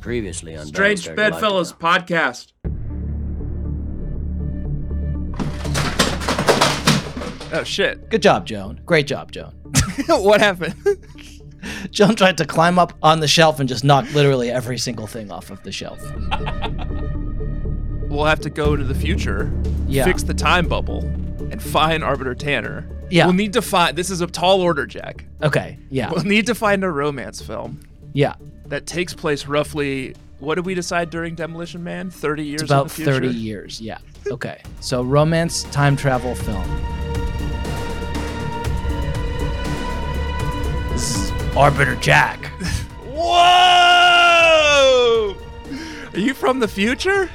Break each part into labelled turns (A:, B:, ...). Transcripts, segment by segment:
A: Previously on
B: Strange
A: Battlestar
B: Bedfellows
A: Galactica.
B: podcast.
C: Oh shit!
D: Good job, Joan. Great job, Joan.
C: what happened?
D: Joan tried to climb up on the shelf and just knock literally every single thing off of the shelf.
C: we'll have to go to the future,
D: Yeah.
C: fix the time bubble, and find Arbiter Tanner.
D: Yeah.
C: We'll need to find. This is a tall order, Jack.
D: Okay. Yeah.
C: We'll need to find a romance film
D: Yeah.
C: that takes place roughly. What did we decide during Demolition Man? Thirty years.
D: It's about
C: in the future?
D: 30 years. Yeah. Okay. So, romance time travel film. This is Arbiter Jack.
C: Whoa! Are you from the future?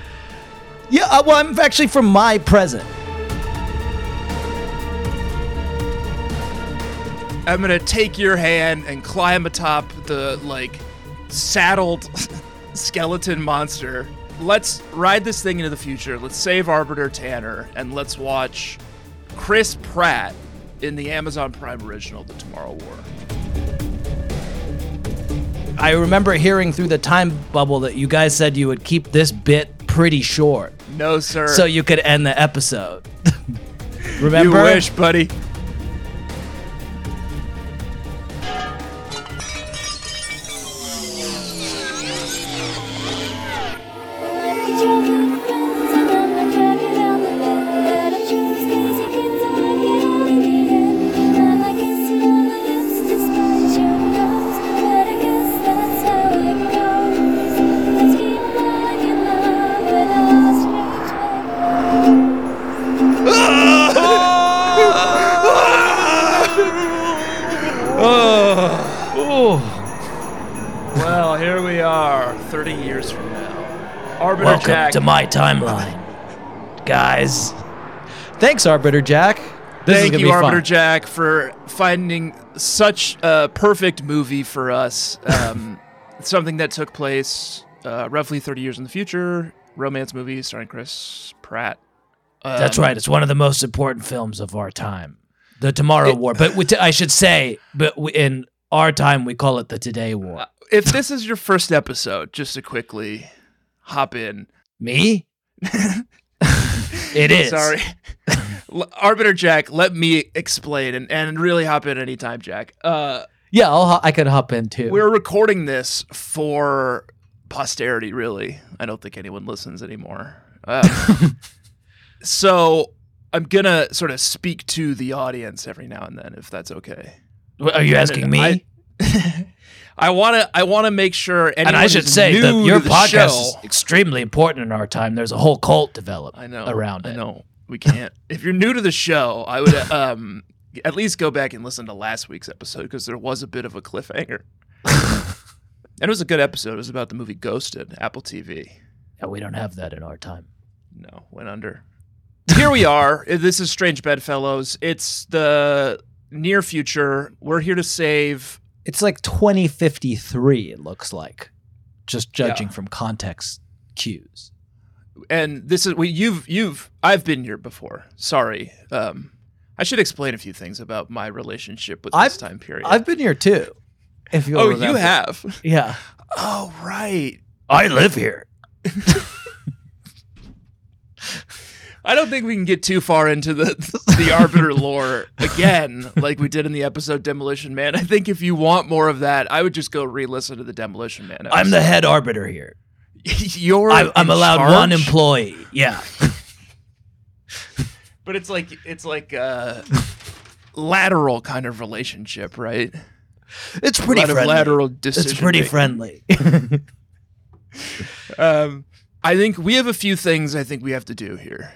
D: Yeah. Uh, well, I'm actually from my present.
C: I'm gonna take your hand and climb atop the like saddled skeleton monster. Let's ride this thing into the future. Let's save Arbiter Tanner and let's watch Chris Pratt in the Amazon Prime original, The Tomorrow War.
D: I remember hearing through the time bubble that you guys said you would keep this bit pretty short
C: No, sir.
D: so you could end the episode.
C: you
D: remember?
C: wish, buddy.
E: Thank you.
C: Well, here we are, 30 years from now. Arbiter
D: Welcome
C: Jack.
D: to my timeline, guys. Thanks, Arbiter Jack. This is
C: Thank
D: gonna
C: you,
D: be
C: Arbiter
D: fun.
C: Jack, for finding such a perfect movie for us. Um, something that took place uh, roughly 30 years in the future. Romance movie starring Chris Pratt.
D: That's right. It's one of the most important films of our time, the Tomorrow War. But we t- I should say, but we, in our time, we call it the Today War.
C: If this is your first episode, just to quickly hop in.
D: Me? it is.
C: Sorry. L- Arbiter Jack, let me explain and, and really hop in anytime, Jack. Uh,
D: Yeah, I'll, hu- I could hop in too.
C: We're recording this for posterity, really. I don't think anyone listens anymore. Um, so I'm going to sort of speak to the audience every now and then, if that's okay.
D: W- Are you asking me?
C: I- I want to I want to make sure anyone
D: and I should
C: who's
D: say
C: new
D: that your
C: to the
D: podcast
C: show-
D: is extremely important in our time. There's a whole cult developed
C: I know
D: around
C: I
D: it.
C: know we can't. if you're new to the show, I would um at least go back and listen to last week's episode because there was a bit of a cliffhanger. and it was a good episode. It was about the movie Ghosted, Apple TV.
D: Yeah, we don't have that in our time.
C: No, went under. Here we are. This is Strange Bedfellows. It's the near future. We're here to save.
D: It's like 2053, it looks like, just judging
C: Yeah.
D: from context cues.
C: And this is we you've you've I've been here before. Sorry. Um I should explain a few things about my relationship with this
D: I've-
C: time period.
D: I've been here too. If you
C: oh, you have.
D: Yeah.
C: Oh, right.
D: I live here.
C: I don't think we can get too far into the the arbiter lore again, like we did in the episode Demolition Man. I think if you want more of that, I would just go re-listen to the Demolition Man. Episode.
D: I'm the head arbiter here.
C: You're
D: I'm, I'm
C: in
D: allowed one
C: charge?
D: employee. Yeah.
C: But it's like it's like a lateral kind of relationship, right?
D: It's pretty
C: a lot
D: friendly.
C: of lateral decision.
D: it's pretty
C: making.
D: friendly.
C: Um, I think we have a few things I think we have to do here.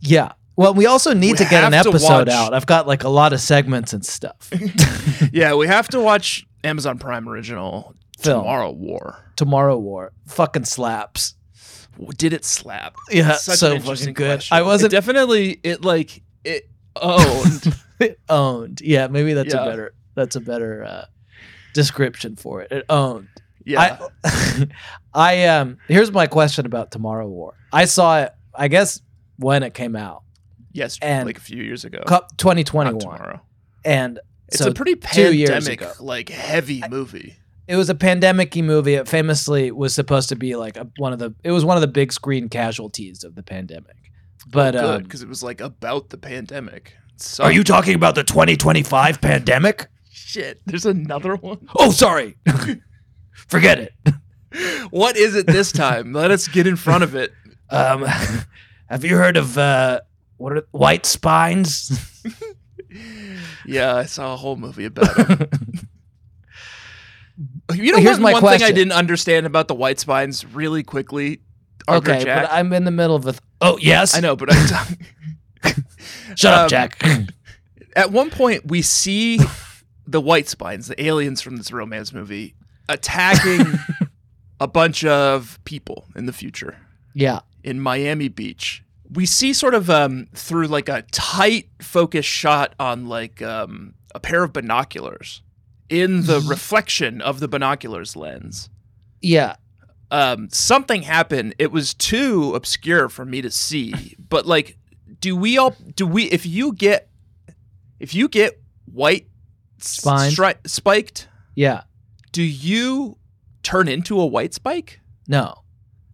D: yeah. Well, we also need
C: We
D: to get an
C: have to
D: episode
C: watch-
D: out. I've got like a lot of segments and stuff.
C: yeah, we have to watch Amazon Prime original
D: Film.
C: Tomorrow War.
D: Tomorrow War fucking slaps.
C: Did it slap?
D: Yeah,
C: Such
D: Uh, so
C: an
D: fucking
C: interesting
D: good.
C: question.
D: I wasn't-
C: It definitely it like it oh, owned.
D: owned. Yeah, maybe that's
C: Yeah.
D: a better that's a better uh, description for it. It owned.
C: yeah.
D: I, I um here's my question about Tomorrow War. I saw it I guess when it came out.
C: yes,
D: and-
C: like a few years ago.
D: Cup
C: Oh. Not
D: 2021.
C: tomorrow.
D: And
C: It's
D: so
C: a pretty
D: two years
C: pandemic
D: ago.
C: like heavy movie.
D: It was a pandemic-y movie. It famously was supposed to be like a, one of the. It was one of the big screen casualties of the pandemic. But
C: Oh, Good,
D: um,
C: because it was like about the pandemic. So
D: are you talking about the 2025 pandemic?
C: shit? There's another one.
D: Oh, sorry. Forget it.
C: What is it this time? Let us get in front of it.
D: Um, have you heard of uh, what are white spines?
C: Yeah, I saw a whole movie about it. you know,
D: Here's
C: what,
D: my
C: one thing I
D: question.
C: didn't understand about the White Spines really quickly. Arthur
D: okay,
C: Jack.
D: but I'm in the middle of a. Th- oh yes,
C: I know, but I'm talking.
D: Shut
C: um,
D: up, Jack.
C: At one point, we see the White Spines, the aliens from this romance movie, attacking a bunch of people in the future
D: yeah,
C: in Miami Beach. We see sort of um, through like a tight focus shot on like um, a pair of binoculars in the reflection of the binoculars lens.
D: yeah.
C: Um, something happened. It was too obscure for me to see. But like, do we all? Do we? If you get, if you get white s-
D: Spines?
C: stri- spiked,
D: Yeah.
C: do you turn into a white spike?
D: No.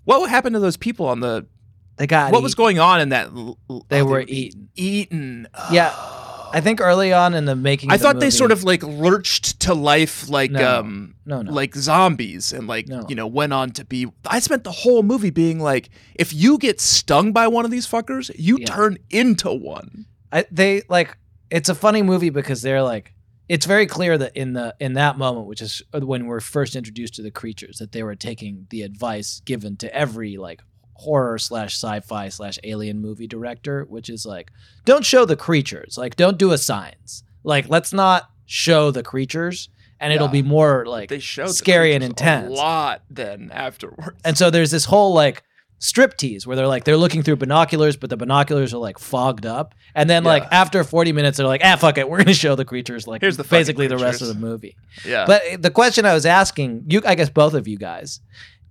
C: What happened to those people on the?
D: They got
C: what was
D: eat-
C: going on in that? l- l-
D: they
C: oh,
D: were eaten.
C: eaten.
D: Yeah.
C: Oh.
D: I think early on in the making
C: I
D: of the
C: thought they
D: movie-
C: sort of like lurched to life like
D: No,
C: um
D: no, no.
C: like zombies and like
D: No.
C: you know went on to be I spent the whole movie being like if you get stung by one of these fuckers you
D: Yeah.
C: turn into one.
D: I, they like it's a funny movie because they're like it's very clear that in the in that moment which is when we're first introduced to the creatures that they were taking the advice given to every like horror slash sci-fi slash alien movie director which is like don't show the creatures like don't do a science like let's not show the creatures and it'll
C: Yeah.
D: be more like
C: they showed the
D: scary and
C: creatures
D: intense.
C: a lot then afterwards.
D: and so there's this whole like striptease where they're like they're looking through binoculars, but the binoculars are like fogged up. And then like
C: Yeah.
D: after 40 minutes, they're like, ah, fuck it, we're gonna show the creatures like
C: Here's the fucking
D: basically the rest of
C: creatures.
D: the movie.
C: yeah.
D: But uh, the question I was asking you, I guess both of you guys,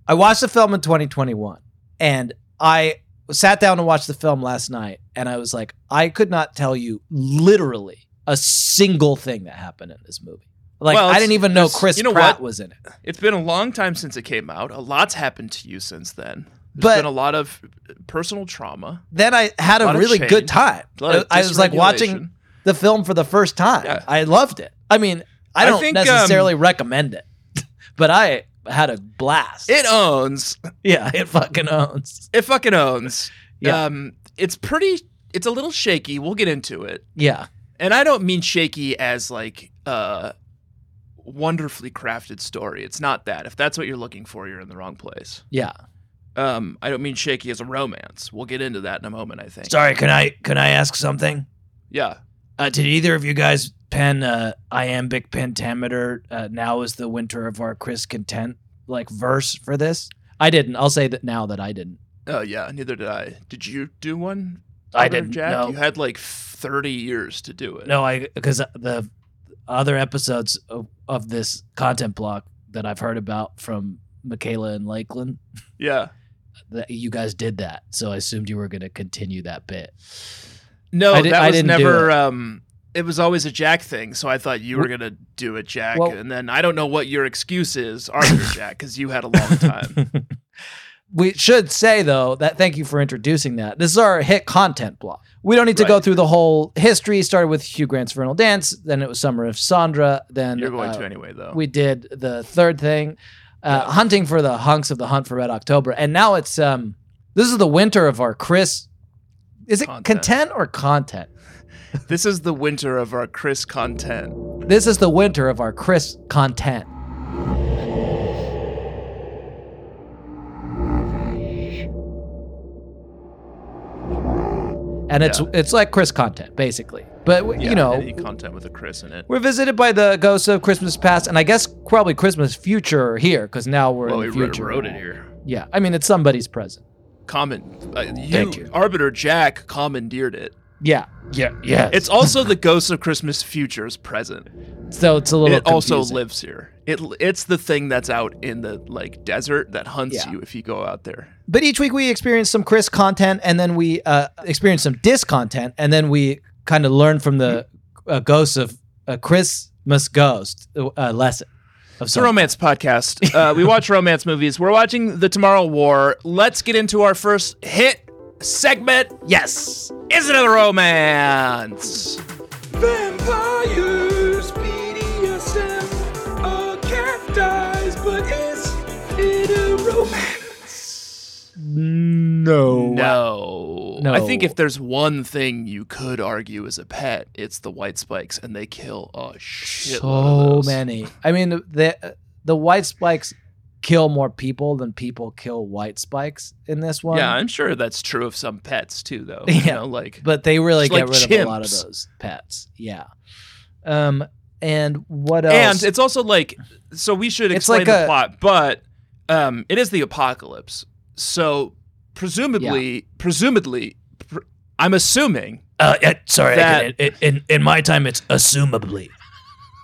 D: I watched the film in 2021, and I sat down to watch the film last night, and I was like, I could not tell you literally a single thing that happened in this movie. Like
C: Well,
D: I
C: it's-
D: didn't even know
C: there's-
D: Chris
C: you know
D: Pratt
C: what?
D: was in it.
C: it's been a long time since it came out. A lot's happened to you since then. There's
D: But-
C: been a lot of personal trauma.
D: Then I had a
C: Lot of
D: really
C: change.
D: good time.
C: A lot of
D: I was like watching
C: dysregulation.
D: the film for the first time.
C: Yeah.
D: I loved it. I mean, I
C: I
D: don't
C: think, um,
D: necessarily recommend it, but I had a blast.
C: it owns
D: yeah, it fucking owns.
C: It fucking owns.
D: Yeah.
C: Um, it's pretty. It's a little shaky. We'll get into it,
D: Yeah,
C: and I don't mean shaky as like a wonderfully crafted story. It's not that. If that's what you're looking for, you're in the wrong place.
D: yeah.
C: Um, I don't mean shaky as a romance. We'll get into that in a moment. I think.
D: Sorry, can I can I ask something?
C: Yeah.
D: Uh, did either of you guys pen uh, iambic pentameter? Uh, now is the winter of our Chris content like verse for this? I didn't. I'll say that now that I didn't.
C: Oh yeah. Neither did I. Did you do one?
D: I
C: Brother
D: didn't.
C: Jack,
D: no.
C: you had like thirty years to do it.
D: No, I because the other episodes of, of this content block that I've heard about from Michaela and Lakeland,
C: Yeah.
D: that you guys did that, so I assumed you were going to continue that bit.
C: No,
D: I di-
C: that
D: I
C: was
D: didn't do
C: never. Um, it was always a Jack thing, so I thought you were gonna do it, Jack.
D: Well-
C: and then I don't know what your excuse is, Arthur Jack, because you had a long time.
D: we should say though that thank you for introducing that. This is our hit content block. We don't need to go
C: Right.
D: through the whole history. Started with Hugh Grant's Vernal Dance, then it was Summer of Sandra, then
C: You're going
D: uh,
C: to anyway, though.
D: we did the third thing, uh,
C: Yeah.
D: hunting for the hunks of the hunt for Red October, and now it's um. This is the winter of our Chris. Is it
C: Content.
D: content or content?
C: this is the winter of our Chris content.
D: This is the winter of our Chris content. And it's
C: Yeah.
D: it's like Chris content basically. But w
C: Yeah,
D: you know,
C: any content with a Chris in it.
D: we're visited by the ghosts of Christmas past and I guess probably Christmas future here cuz now we're in
C: Well, we
D: the
C: wrote-
D: future.
C: wrote it here.
D: Yeah. I mean, it's somebody's present.
C: Common, uh, you,
D: Thank you.
C: Arbiter Jack commandeered it.
D: Yeah. Yeah. Yeah.
C: It's also the Ghost of Christmas Future's present.
D: so it's a little
C: it also
D: confusing.
C: lives here. It it's the thing that's out in the like desert that hunts
D: Yeah.
C: you if you go out there.
D: But each week we experience some Chris content, and then we uh, experience some discontent, and then we kind of learn from the uh, ghosts of uh, Christmas ghost uh, lesson. Of
C: It's a
D: some-
C: romance podcast. Uh, we watch romance movies. We're watching The Tomorrow War. Let's get into our first hit segment. Yes. Is it a romance?
A: Vampires, BDSM, a cat dies, but is it a romance?
D: No.
C: No.
D: No.
C: I think if there's one thing you could argue is a pet, it's the white spikes, and they kill a shitload of
D: So
C: those.
D: many. I mean, the uh, the white spikes kill more people than people kill white spikes in this one.
C: Yeah, I'm sure that's true of some pets too, though. You
D: Yeah.
C: know, like
D: but they really
C: It's
D: get
C: like
D: rid of a lot of
C: chimps.
D: those pets. Yeah. Um. And what
C: and
D: else?
C: it's also like so we should
D: It's
C: explain
D: like
C: the
D: a-
C: plot but um it is the apocalypse so presumably presumably pr- i'm assuming
D: Uh, uh, sorry,
C: That-
D: I, in, in in my time, it's assumably.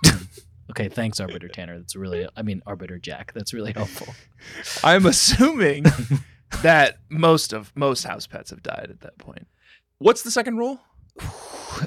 D: okay, thanks, Arbiter Tanner. That's really, I mean, Arbiter Jack. That's really helpful.
C: i'm assuming that most of most house pets have died at that point what's the second rule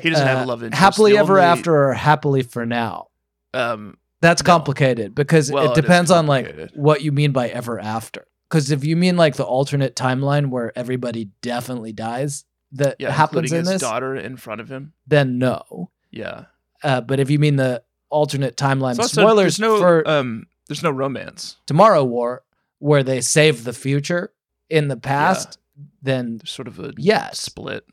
C: he doesn't have
D: Uh,
C: a love interest
D: Happily
C: The
D: ever
C: only-
D: after or happily for now.
C: um
D: That's
C: No.
D: complicated because
C: Well,
D: it
C: it is
D: depends on like
C: complicated.
D: what you mean by ever after. Because if you mean like the alternate timeline where everybody definitely dies that
C: yeah
D: happens
C: including
D: in
C: his
D: this,
C: daughter in front of him
D: then no.
C: yeah
D: Uh, but if you mean the alternate timeline,
C: So also,
D: Um, spoilers
C: there's no
D: for
C: um there's no romance
D: Tomorrow War, where they save the future in the past, then
C: there's sort of a
D: yes.
C: split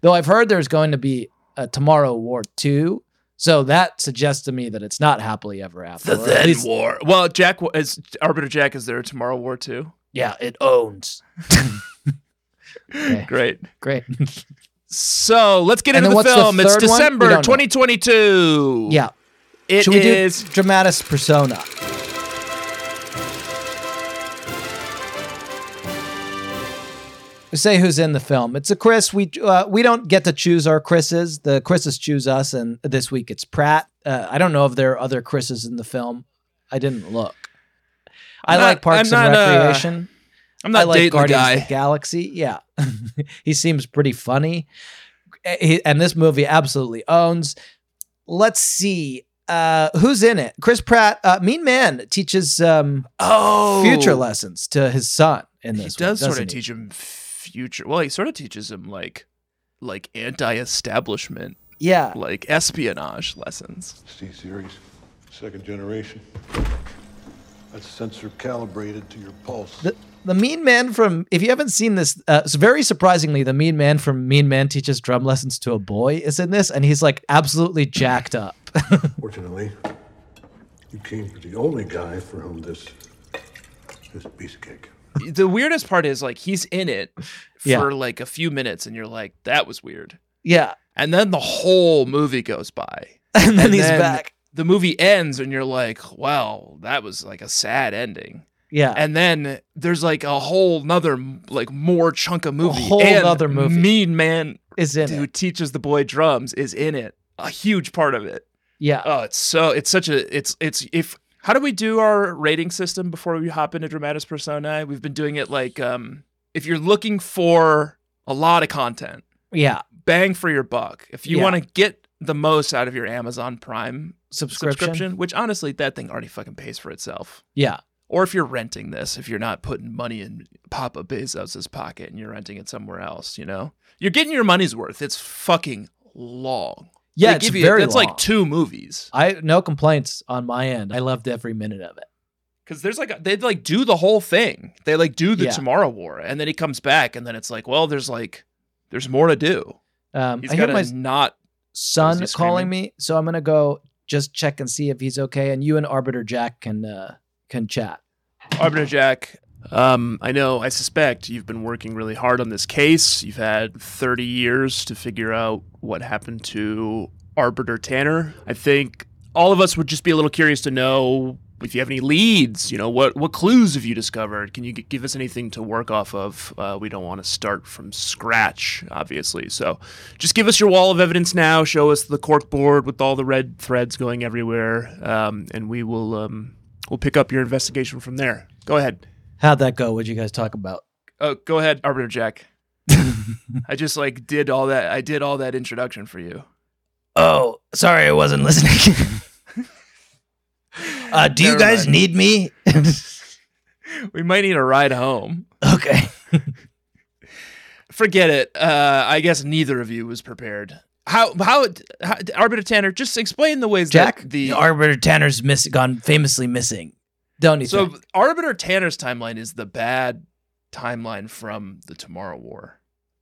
D: Though I've heard there's going to be a Tomorrow War 2. So that suggests to me that it's not happily ever after.
C: The
D: or at
C: then
D: least-
C: war. Well, Jack wa- is Arbiter Jack is there tomorrow war too.
D: Yeah, it owns. Okay.
C: Great.
D: Great.
C: So let's get
D: And
C: into
D: then
C: the
D: what's the
C: film. it's
D: third one? We
C: December
D: don't know.
C: 2022.
D: Yeah.
C: it
D: Should we
C: is-
D: do Dramatis Persona? Say who's in the film. It's a Chris. We uh, we don't get to choose our Chris's. The Chris's choose us, and this week it's Pratt. Uh, I don't know if there are other Chris's in the film. I didn't look. I
C: I'm not-
D: like Parks
C: I'm
D: and
C: not, uh,
D: Recreation.
C: I'm not
D: I like
C: dating the
D: Guardians
C: guy.
D: of the Galaxy. Yeah, he seems pretty funny, Eh, he- and this movie absolutely owns. Let's see uh, who's in it. Chris Pratt, uh, Mean Man, teaches um,
C: oh,
D: future lessons to his son in
C: He
D: this.
C: does
D: one,
C: sort of
D: doesn't he?
C: teach him future. Well, he sort of teaches him like like anti-establishment,
D: Yeah,
C: like espionage lessons.
B: C series, second generation. That's sensor calibrated to your pulse.
D: the, the Mean Man from if you haven't seen this, uh, s- very surprisingly, the Mean Man from Mean Man teaches drum lessons to a boy is in this, and he's like absolutely jacked up.
B: Fortunately, you came to the only guy for whom this this piece of cake.
C: the weirdest part is like he's in it for
D: Yeah.
C: like a few minutes, and you're like, that was weird.
D: yeah,
C: And then the whole movie goes by.
D: and then
C: And
D: he's
C: then-
D: back.
C: the movie ends and you're like, wow, that was like a sad ending.
D: Yeah,
C: And then there's like a whole nother like more chunk of movie.
D: whole
C: and
D: nother movie.
C: Mean Man
D: is in
C: who
D: it.
C: teaches the boy drums is in it. A huge part of it.
D: Yeah.
C: Oh, it's so it's such a it's it's if how do we do our rating system before we hop into Dramatis Personae? We've been doing it like um if you're looking for a lot of content
D: Yeah.
C: bang for your buck. If you
D: Yeah.
C: want to get the most out of your Amazon Prime
D: Subscription.
C: which honestly that thing already fucking pays for itself.
D: Yeah.
C: Or if you're renting this, if you're not putting money in Papa Bezos's pocket and you're renting it somewhere else, you know, you're getting your money's worth. It's fucking long.
D: Yeah.
C: They
D: it's
C: give
D: very
C: It's
D: long.
C: like two movies
D: I no complaints on my end. I loved every minute of it.
C: because there's like a- they like do the whole thing. They like do the
D: Yeah.
C: Tomorrow War, and then he comes back, and then it's like, well, there's like there's more to do.
D: Um,
C: He's
D: I hear
C: got to
D: my
C: not.
D: son
C: he
D: calling me, so I'm gonna go just check and see if he's okay. And you and Arbiter Jack can uh, can chat.
C: Arbiter Jack, um, I know, I suspect you've been working really hard on this case. You've had 30 years to figure out what happened to Arbiter Tanner. I think all of us would just be a little curious to know if you have any leads. You know, what, what clues have you discovered? Can you g- give us anything to work off of? Uh, we don't want to start from scratch, obviously. So just give us your wall of evidence now. Show us the cork board with all the red threads going everywhere, um, and we will. Um, We'll pick up your investigation from there. Go ahead.
D: How'd that go? What'd you guys talk about?
C: Oh, go ahead, Arbiter Jack. I just like did all that. I did all that introduction for you.
D: Oh, sorry, I wasn't listening. Uh, do you
C: Never
D: guys
C: mind.
D: need me?
C: We might need a ride home.
D: okay.
C: Forget it. Uh, I guess neither of you was prepared. How, how, how, Arbiter Tanner, just explain the ways
D: Jack,
C: that
D: the,
C: the.
D: Arbiter Tanner's miss- gone famously missing. Don't need
C: so,
D: to.
C: Arbiter Tanner's timeline is the bad timeline from the Tomorrow War.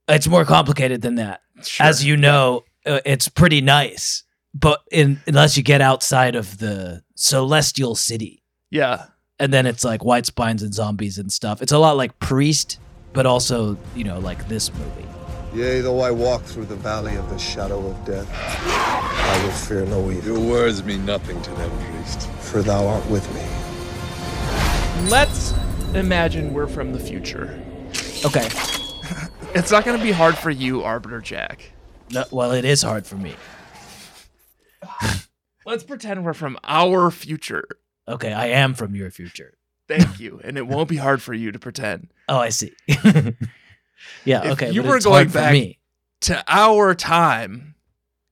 D: It's more complicated than that.
C: Sure.
D: As you know, uh, it's pretty nice, but in, unless you get outside of the celestial city,
C: yeah.
D: and then it's like white spines and zombies and stuff. It's a lot like Priest, but also you know like this movie.
E: Yea, though I walk through the valley of the shadow of death, I will fear no evil,
F: Your words mean nothing to them, priest.
E: for thou art with me.
C: Let's imagine we're from the future.
D: Okay.
C: It's not going to be hard for you, Arbiter Jack.
D: No, well, it is hard for me.
C: Let's pretend we're from our future.
D: Okay, I am from your future.
C: Thank you. And it won't be hard for you to pretend.
D: Oh, I see. yeah.
C: If
D: okay.
C: you
D: but
C: were
D: it's hard
C: going
D: for
C: back-
D: me.
C: To our time,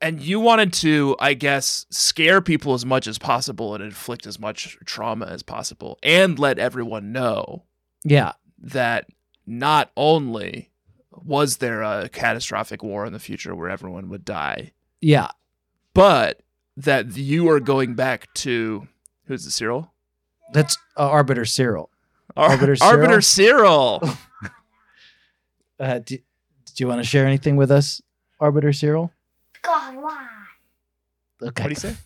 C: and you wanted to, I guess, scare people as much as possible and inflict as much trauma as possible and let everyone know
D: Yeah.
C: that not only was there a catastrophic war in the future where everyone would die,
D: Yeah.
C: but that you are going back to who's the Cyril?
D: That's uh, Arbiter Cyril.
C: Ar-
D: Arbiter Oh, Cyril?
C: Arbiter Cyril.
D: Uh, do, do you want to share anything with us, Arbiter Cyril?
G: God, why?
D: Okay.
C: What do you say?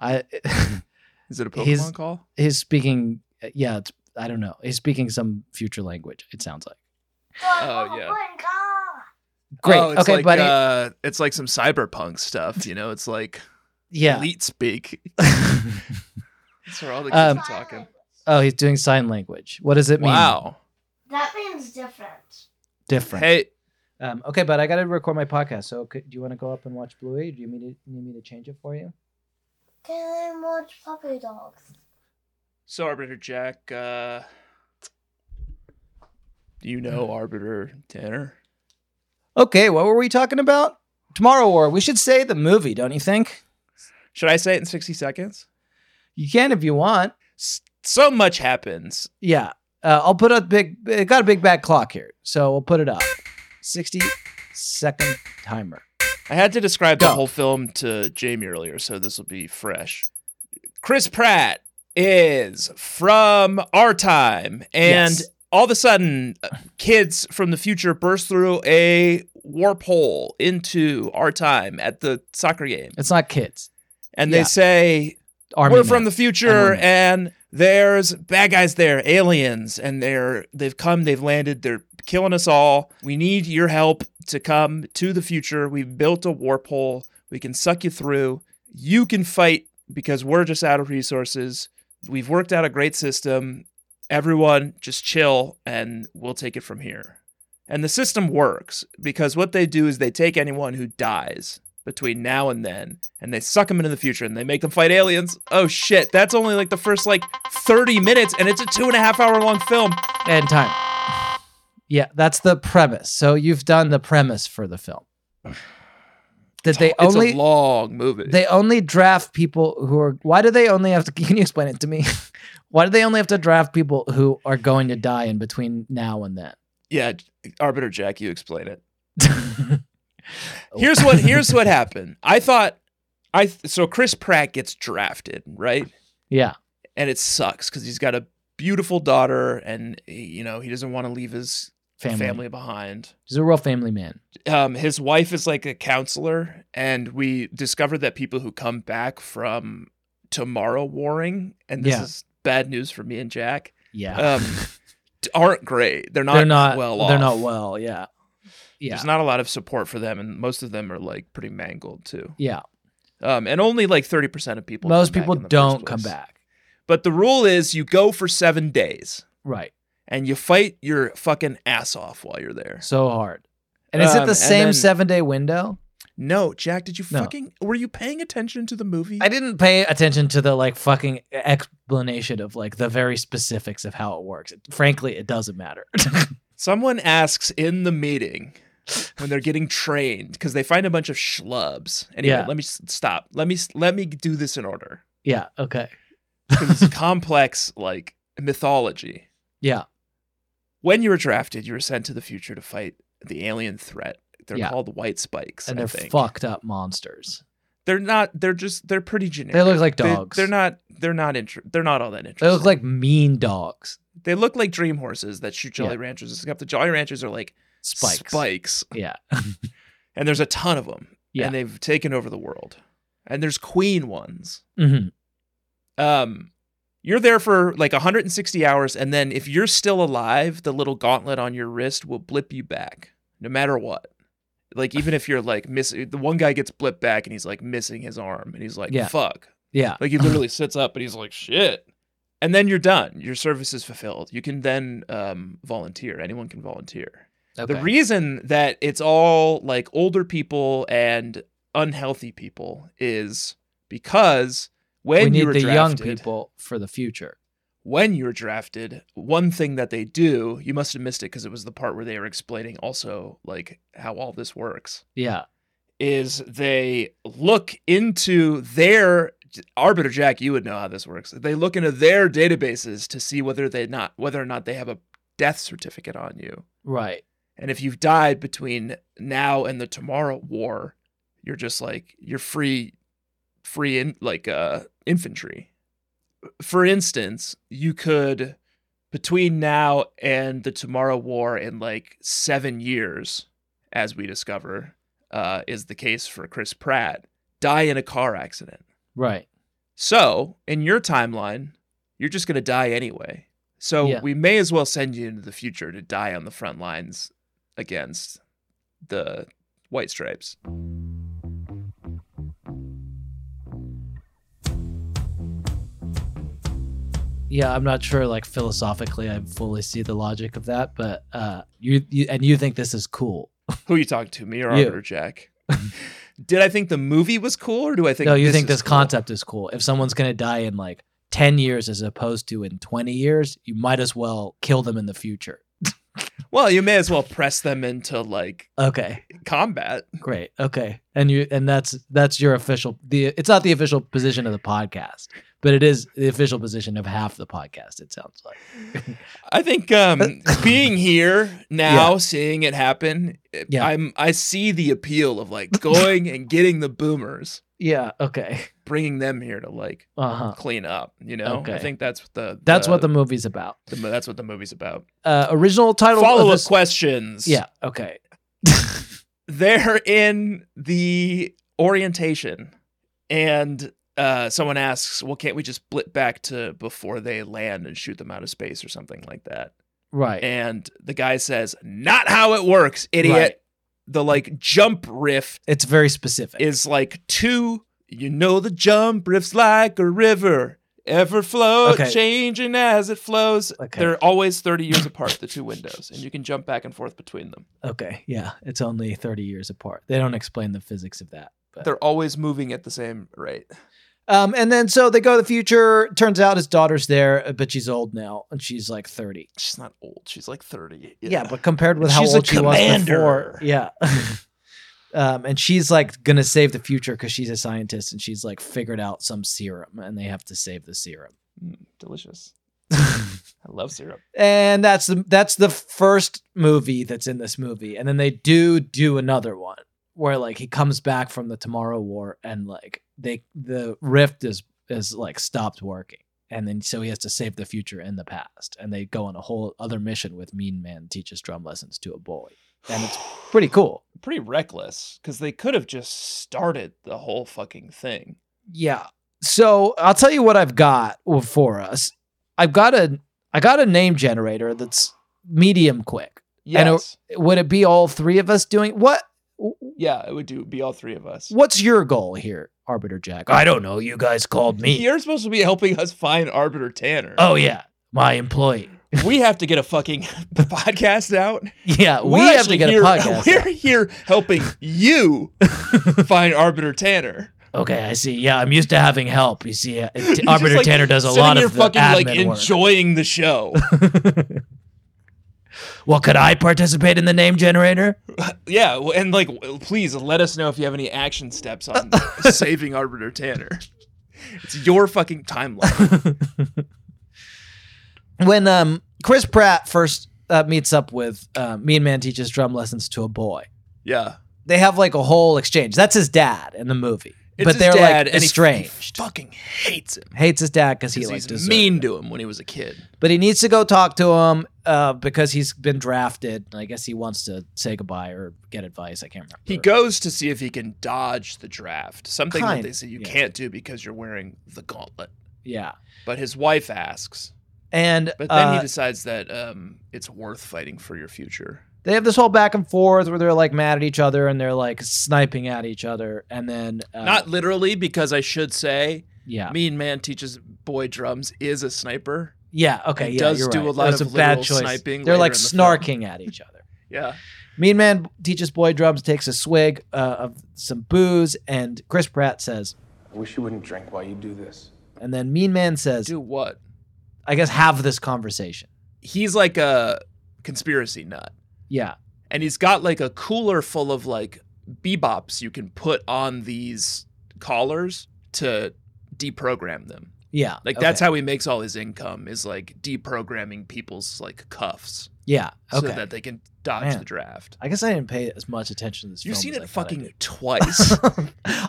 D: I,
C: Is it a Pokemon
D: He's-
C: call?
D: he's speaking. Yeah, it's, I don't know. He's speaking some future language. It sounds like.
G: God,
C: Oh, yeah.
G: why, God.
D: Great.
C: Oh, it's
D: okay,
C: like,
D: buddy.
C: Uh, it's like some cyberpunk stuff, you know. It's like
D: yeah.
C: elite speak. That's where all the kids
D: Um,
C: are talking.
D: Oh, he's doing sign language. What does it mean?
C: Wow.
G: That means different.
D: Different.
C: Hey,
D: Um, okay, but I got to record my podcast. So could, do you want to go up and watch Bluey? Do you need, need me to change it for you?
G: Can I watch puppy dogs?
C: so Arbiter Jack, uh, do you know Arbiter Tanner?
D: Okay. What were we talking about? Tomorrow War. We should say the movie, don't you think?
C: Should I say it in sixty seconds?
D: You can if you want.
C: S- so much happens.
D: Yeah. Uh, I'll put a big, it got a big back clock here. So we'll put it up. 60 second timer.
C: I had to describe the
D: Go.
C: whole film to Jamie earlier, so this will be fresh. Chris Pratt is from our time, and
D: Yes.
C: all of a sudden, uh, kids from the future burst through a warp hole into our time at the soccer game,
D: It's not kids.
C: and
D: Yeah.
C: they say,
D: Army
C: we're
D: men.
C: from the future,
D: Army
C: and there's bad guys there, aliens, and they're they've come, they've landed, they're killing us all. We need your help to come to the future. We've built a warp hole. We can suck you through. You can fight because we're just out of resources. We've worked out a great system. Everyone, just chill, and we'll take it from here. And the system works because what they do is they take anyone who dies between now and then and they suck them into the future and they make them fight aliens. Oh shit, that's only like the first like 30 minutes and it's a two and a half hour long film.
D: and time. Yeah, that's the premise. So you've done the premise for the film. That they
C: it's a
D: only
C: long movie.
D: they only draft people who are why do they only have to can you explain it to me? why do they only have to draft people who are going to die in between now and then?
C: yeah, Arbiter Jack, you explain it.
D: Oh.
C: Here's what here's what happened. I thought I th- so Chris Pratt gets drafted, right?
D: Yeah.
C: And it sucks cuz he's got a beautiful daughter and he- you know, he doesn't want to leave his
D: Family.
C: family behind.
D: He's a real family man.
C: um, his wife is like a counselor, and we discovered that people who come back from tomorrow warring, and this
D: Yeah.
C: is bad news for me and Jack,
D: Yeah.
C: um, d- aren't great. They're not,
D: they're not
C: well
D: They're
C: off.
D: not well, yeah. Yeah.
C: There's not a lot of support for them, and most of them are like pretty mangled too.
D: yeah.
C: Um, and only like 30% of people.
D: Most
C: come back
D: people
C: in the first
D: don't come
C: place.
D: back.
C: But the rule is you go for seven days
D: Right.
C: and you fight your fucking ass off while you're there.
D: So hard. And is it
C: Um,
D: the
C: and
D: same
C: then-
D: seven day window?
C: No, Jack, did you
D: No.
C: fucking. Were you paying attention to the movie?
D: I didn't pay attention to the like fucking explanation of like the very specifics of how it works. Frankly, it doesn't matter.
C: Someone asks in the meeting when they're getting trained because they find a bunch of schlubs. Anyway,
D: Yeah.
C: let me s- stop. Let me s- let me do this in order.
D: yeah. Okay.
C: 'cause it's a complex like mythology.
D: Yeah.
C: When you were drafted, you were sent to the future to fight the alien threat. They're
D: Yeah.
C: called white spikes.
D: And
C: I
D: they're
C: think.
D: fucked up monsters.
C: They're not. They're just. They're pretty generic.
D: They look like dogs.
C: They, are not. They're not. Inter- they're not all that interesting.
D: They look like mean dogs.
C: They look like dream horses that shoot Jolly
D: Yeah.
C: Ranchers, except the Jolly Ranchers are like
D: Spikes.
C: spikes,
D: Yeah.
C: and there's a ton of them,
D: Yeah.
C: and they've taken over the world. And there's queen ones.
D: hmm
C: Um, you're there for like 160 hours, and then if you're still alive, the little gauntlet on your wrist will blip you back, no matter what. Like even if you're like missing, the one guy gets blipped back, and he's like missing his arm, and he's like,
D: Yeah.
C: "Fuck."
D: Yeah.
C: Like he literally sits up and he's like, shit. And then you're done. Your service is fulfilled. You can then um, volunteer. Anyone can volunteer.
D: Okay.
C: The reason that it's all like older people and unhealthy people is because when
D: we need
C: you were
D: the young
C: drafted,
D: people for the future.
C: when you were drafted, one thing that they do, you must have missed it because it was the part where they were explaining also like how all this works
D: Yeah.
C: is they look into their arbiter jack you would know how this works they look into their databases to see whether they not whether or not they have a death certificate on you
D: Right.
C: and if you've died between now and the tomorrow war you're just like you're free free in like uh infantry for instance you could between now and the tomorrow war in like seven years as we discover uh is the case for chris pratt die in a car accident
D: Right.
C: so in your timeline you're just going to die anyway so
D: Yeah.
C: we may as well send you into the future to die on the front lines against the white stripes
D: Yeah. I'm not sure. Like philosophically, I fully see the logic of that, but uh, you, you and you think this is cool.
C: Who are you talking to, me or
D: You.
C: Arbiter Jack? Did I think the movie was cool, or do I think
D: no, you think
C: is
D: this
C: cool?
D: concept is cool. If someone's gonna die in like ten years as opposed to in twenty years, you might as well kill them in the future.
C: Well, you may as well press them into like
D: Okay,
C: combat.
D: great. Okay, and you and that's that's your official. The it's not the official position of the podcast, but it is the official position of half the podcast. It sounds like.
C: I think um, being here now, seeing it happen,
D: Yeah.
C: I'm I see the appeal of like going and getting the boomers,
D: Yeah. Okay.
C: bringing them here to like
D: Uh huh.
C: clean up. You know, I
D: Okay.
C: think that's what the
D: That's what the movie's about.
C: the mo- that's what the movie's about.
D: Uh, original title.
C: Follow
D: of
C: up
D: this-
C: questions.
D: Yeah. Okay.
C: they're in the orientation and uh, someone asks well can't we just blip back to before they land and shoot them out of space or something like that
D: Right.
C: and the guy says not how it works idiot
D: Right.
C: the like jump riff
D: it's very specific.
C: is like two you know the jump riff's like a river ever flow
D: Okay.
C: changing as it flows
D: Okay.
C: they're always 30 years apart the two windows and you can jump back and forth between them
D: okay. Yeah. It's only thirty years apart. They don't explain the physics of that. But.
C: they're always moving at the same rate
D: Um, and then so they go to the future. Turns out his daughter's there, uh, but she's old now, and she's like thirty.
C: she's not old. She's like 30.
D: Yeah, but compared with
C: And
D: how
C: she's a
D: old she was before,
C: commander.
D: yeah. um, and she's like gonna save the future because she's a scientist, and she's like figured out some serum, and they have to save the serum.
C: Mm, delicious. I love syrup.
D: And that's the that's the first movie that's in this movie, and then they do do another one where like he comes back from the Tomorrow War, and like they the rift is is like stopped working, and then so he has to save the future and the past, and they go on a whole other mission with Mean Man teaches drum lessons to a boy, and it's pretty cool.
C: Pretty reckless because they could have just started the whole fucking thing.
D: Yeah. So I'll tell you what I've got for us. I've got a I got a name generator that's medium quick. I know-
C: Yes.
D: would it be all three of us doing what
C: yeah, it would do be all three of us.
D: what's your goal here arbiter jack i don't know you guys called me
C: You're supposed to be helping us find Arbiter Tanner.
D: oh yeah my employee
C: we have to get a fucking podcast out.
D: yeah we
C: We're
D: have to
C: actually
D: get
C: here,
D: a podcast
C: We're here helping you find Arbiter Tanner.
D: out. okay i see yeah i'm used to having help you see uh, t-
C: He's just,
D: arbiter
C: like,
D: tanner does a
C: sitting
D: lot
C: here
D: of the
C: fucking like
D: admin work.
C: enjoying the show.
D: well could i participate in the name generator
C: Yeah, w- and like, w- please let us know if you have any action steps on saving Arbiter Tanner. It's your fucking timeline.
D: when um Chris Pratt first uh, meets up with uh, Mean Man teaches drum lessons to a boy.
C: yeah.
D: They have like a whole exchange. That's his dad in the movie,
C: It's
D: but
C: his
D: they're
C: dad,
D: like
C: and he-
D: estranged.
C: He fucking hates him.
D: Hates his dad because he
C: 'cause
D: like
C: he's
D: deserved
C: mean
D: it.
C: to him when he was a kid.
D: but he needs to go talk to him uh, because he's been drafted. And I guess he wants to say goodbye or get advice. I can't remember.
C: He goes to see if he can dodge the draft, something
D: Kind
C: that they
D: of,
C: say you
D: yeah.
C: can't do because you're wearing the gauntlet.
D: yeah,
C: But his wife asks,
D: and
C: but then
D: uh,
C: he decides that um, it's worth fighting for your future.
D: they have this whole back and forth where they're like mad at each other and they're like sniping at each other, and then uh,
C: Not literally, because I should say,
D: yeah,
C: Mean Man teaches boy drums is a sniper.
D: yeah, okay,
C: and
D: yeah,
C: does
D: you're
C: do
D: right.
C: a lot
D: That was
C: of
D: a bad
C: literal
D: choice.
C: sniping
D: They're
C: later
D: like
C: in the film.
D: snarking at each other.
C: Yeah,
D: Mean Man teaches boy drums, takes a swig uh, of some booze, and Chris Pratt says,
H: I wish you wouldn't drink while you do this.
D: and then Mean Man says,
C: do what?
D: I guess have this conversation.
C: He's like a conspiracy nut,
D: Yeah.
C: and he's got like a cooler full of like bebops you can put on these collars to deprogram them.
D: Yeah.
C: Like
D: okay.
C: that's how he makes all his income is like deprogramming people's like cuffs
D: Yeah. Okay.
C: so that they can dodge
D: Man.
C: the draft.
D: I guess I didn't pay as much attention to this.
C: You've
D: film
C: seen
D: as
C: it
D: I thought I
C: fucking
D: did.
C: twice.